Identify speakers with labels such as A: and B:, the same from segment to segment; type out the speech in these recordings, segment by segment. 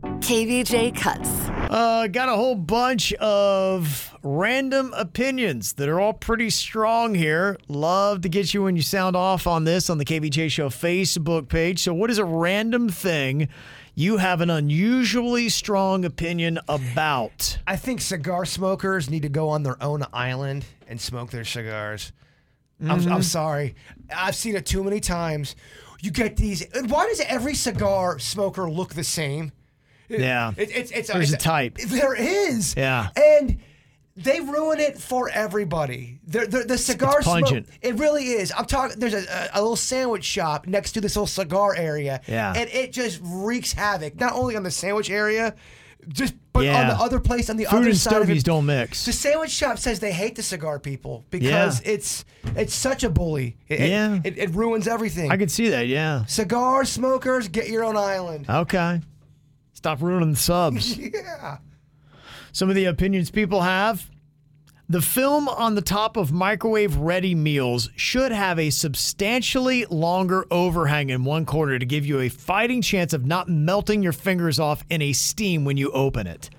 A: KVJ Cuts.
B: Uh, got a whole bunch of random opinions that are all pretty strong here. Love to get you when you sound off on this on the KVJ Show Facebook page. So, what is a random thing you have an unusually strong opinion about?
C: I think cigar smokers need to go on their own island and smoke their cigars. I'm, I'm sorry. I've seen it too many times. You get these. and Why does every cigar smoker look the same? It-
B: Yeah.
C: It, it's, it's,
B: There's
C: it's-
B: a type.
C: There is.
B: Yeah.
C: And they ruin it for everybody. They're, they're- the cigar smoke.
B: pungent.
C: It really is. I'm talking. There's a, a, a little sandwich shop next to this little cigar area.
B: Yeah.
C: And it just wreaks havoc, not only on the sandwich area, just but on
B: Yeah.
C: the other place on the
B: Food
C: other
B: and
C: side of
B: stovies
C: it.
B: don't mix.
C: The sandwich shop says they hate the cigar people because
B: Yeah.
C: it's it's such a bully. It, it-
B: Yeah.
C: it, it ruins everything.
B: I could see that, yeah.
C: cigar smokers, get your own island.
B: Okay. Stop ruining the subs.
C: yeah.
B: Some of the opinions people have. The film on the top of microwave ready meals should have a substantially longer overhang in one corner to give you a fighting chance of not melting your fingers off in a steam when you open it.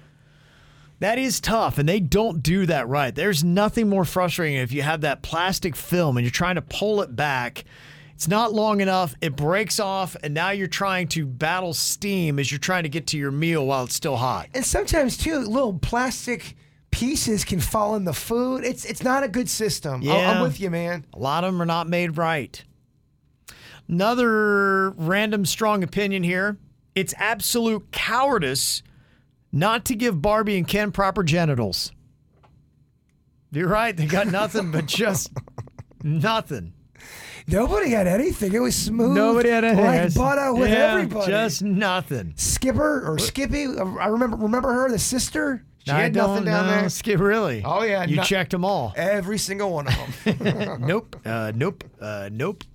B: That is tough, and they don't do that right. There's nothing more frustrating if you have that plastic film and you're trying to pull it back. It's not long enough, it breaks off, and now you're trying to battle steam as you're trying to get to your meal while it's still hot.
C: And sometimes too, little plastic pieces can fall in the food. It's it's not a good system. I-
B: Yeah.
C: I'm with you, man.
B: A lot of them are not made right. Another random strong opinion here. It's absolute cowardice not to give Barbie and Ken proper genitals. You're right. They got nothing but just nothing.
C: Nobody had anything. It was smooth. Like butter with
B: Yeah,
C: everybody.
B: Just nothing.
C: Skipper or Skippy. uh, I remember remember her, the sister. She
B: I
C: had
B: don't
C: nothing down
B: know.
C: there.
B: Skip, really?
C: Oh, yeah,
B: You
C: no-
B: checked them all.
C: Every single one of them.
B: nope. Uh, nope. Uh, nope.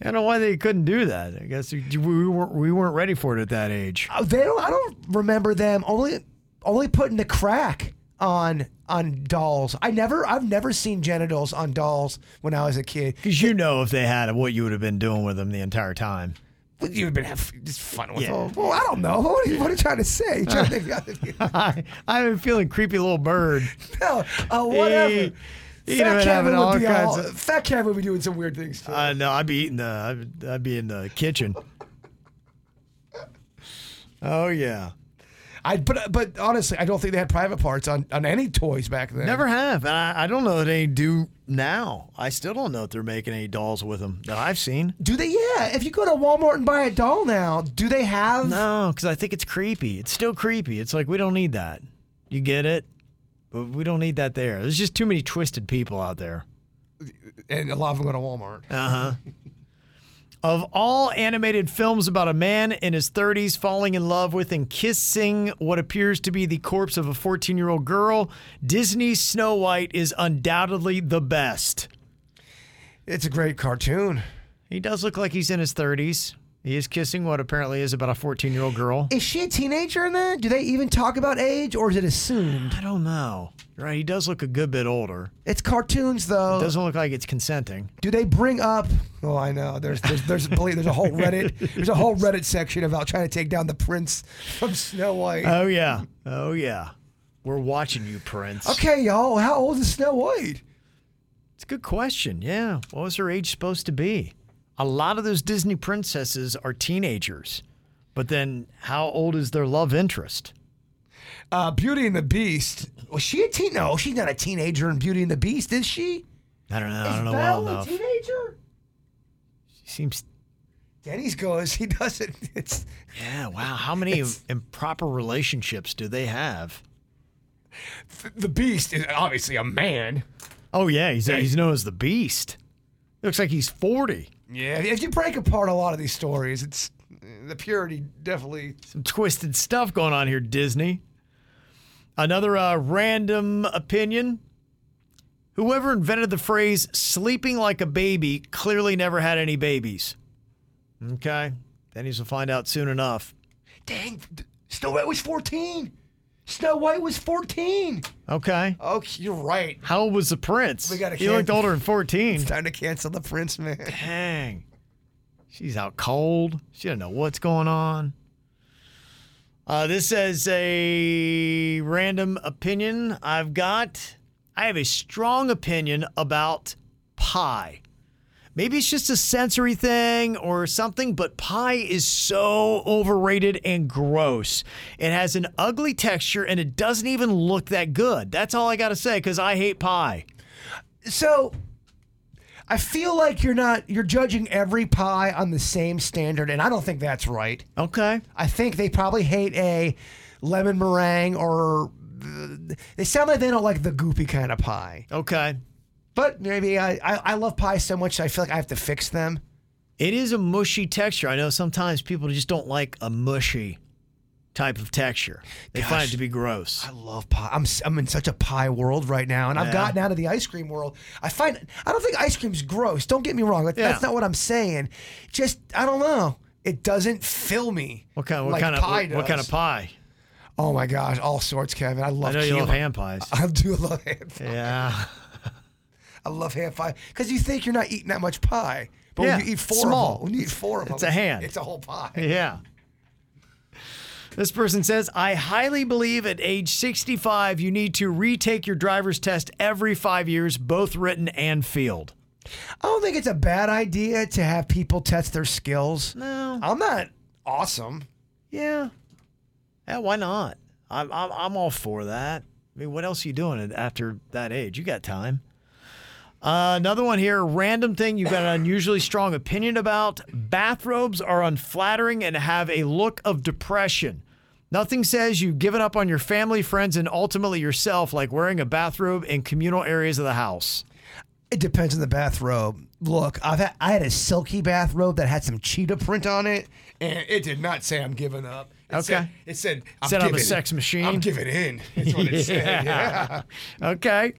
B: I don't know why they couldn't do that. I guess we we weren't, we weren't ready for it at that age.
C: Uh, they don't. I don't remember them only only putting the crack on on dolls. I never. I've never seen genitals on dolls when I was a kid.
B: Because you know if they had it, what you would have been doing with them the entire time.
C: You've been having just fun with
B: Yeah.
C: them. Well, I don't know. What are you, what are you trying to say? You trying to think out of you?
B: I, I'm feeling creepy little bird.
C: no, uh, whatever.
B: He- he'd have
C: Fat
B: been
C: Cat
B: having
C: would
B: all
C: be
B: kinds
C: all,
B: of-
C: Fat Cat would be doing some weird things too.
B: Uh, no, I'd be eating the, I'd, I'd be in the kitchen. Oh yeah,
C: I but but honestly, I don't think they had private parts on on any toys back then.
B: never have, and I, I don't know that they do now. I still don't know if they're making any dolls with them that I've seen.
C: Do they? Yeah. If you go to Walmart and buy a doll now, do they have?
B: No, because I think it's creepy. It's still creepy. It's like we don't need that. You get it? But we don't need that there. There's just too many twisted people out there.
C: And a lot of them go to Walmart.
B: Of all animated films about a man in his 30s falling in love with and kissing what appears to be the corpse of a 14 year old girl, Disney's Snow White is undoubtedly the best.
C: It's a great cartoon.
B: He does look like he's in his 30s. He is kissing what apparently is about a 14 year old girl.
C: Is she a teenager in that? Do they even talk about age, or is it assumed?
B: I don't know. Right? He does look a good bit older.
C: It's cartoons, though.
B: Doesn't look like it's consenting.
C: Do they bring up? Oh, I know. There's there's there's believe there's a whole Reddit there's a whole Reddit section about trying to take down the prince from Snow White.
B: Oh, yeah. Oh, yeah. We're watching you, Prince.
C: okay, y'all. How old is Snow White?
B: It's a good question. Yeah. What was her age supposed to be? A lot of those Disney princesses are teenagers. But then how old is their love interest?
C: Uh, Beauty and the Beast. Was she a teen? No, she's not a teenager in Beauty and the Beast, is she?
B: I don't know. I
C: is
B: don't know well
C: Val a
B: enough.
C: teenager?
B: She seems
C: Denny's goes. He doesn't. It's
B: Yeah, wow. How many improper relationships do they have?
C: the Beast is obviously a man.
B: Oh yeah, he's he's known as the beast. Looks like he's 40.
C: Yeah. If you break apart a lot of these stories, it's the purity definitely.
B: Some twisted stuff going on here, Disney. Another uh, random opinion. Whoever invented the phrase sleeping like a baby clearly never had any babies. Okay. Denny's will find out soon enough.
C: Dang, d- Snow White was 14. Snow White was 14.
B: Okay.
C: Oh, you're right.
B: How old was the prince?
C: We gotta
B: he looked
C: cancel-
B: older than 14.
C: It's time to cancel the Prince, man.
B: Dang. She's out cold. She doesn't know what's going on. Uh, this is a random opinion I've got. I have a strong opinion about pie. Maybe it's just a sensory thing or something, but pie is so overrated and gross. It has an ugly texture and it doesn't even look that good. That's all I got to say because I hate pie.
C: So I feel like you're not you're judging every pie on the same standard, and I don't think that's right.
B: Okay.
C: I think they probably hate a lemon meringue or uh, they sound like they don't like the goopy kind of pie.
B: Okay.
C: But maybe I, I, I love pie so much I feel like I have to fix them.
B: It is a mushy texture. I know sometimes people just don't like a mushy type of texture. They find it
C: Gosh. Uh,
B: to be gross.
C: I love pie. I'm s- I'm in such a pie world right now, and
B: Yeah.
C: I've gotten out of the ice cream world. I find I don't think ice cream's gross. Don't get me wrong. That- That's
B: Yeah.
C: not what I'm saying. Just I don't know. It doesn't fill me.
B: What kind? What
C: like
B: kind of?
C: pie
B: What, what kind
C: does.
B: of pie?
C: Oh my gosh, all sorts, Kevin. I
B: I
C: love.
B: know you
C: key
B: love
C: lime-
B: ham pies.
C: I do love ham.
B: Yeah,
C: I love ham pie because you think you're not eating that much pie, but
B: Yeah,
C: when you eat four
B: small.
C: of them, when you eat four of them,
B: It's a hand.
C: It's a whole pie.
B: yeah. This person says, I highly believe at age 65 you need to retake your driver's test every five years, both written and field.
C: I don't think it's a bad idea to have people test their skills. No, I'm not awesome.
B: Yeah. Yeah, why not? I'm, I'm, I'm all for that. I mean, what else are you doing at- after that age? You got time. Uh, another one here random thing you've got an unusually strong opinion about. Bathrobes are unflattering and have a look of depression. Nothing says you've given up on your family, friends, and ultimately yourself like wearing a bathrobe in communal areas of the house.
C: It depends on the bathrobe. Look, I've had, I had a silky bathrobe that had some cheetah print on it, and it did not say I'm giving up. It
B: Okay.
C: said, it said I'm
B: Said I'm a
C: giving-
B: sex machine.
C: I'm giving in. That's what it said. Yeah.
B: Okay.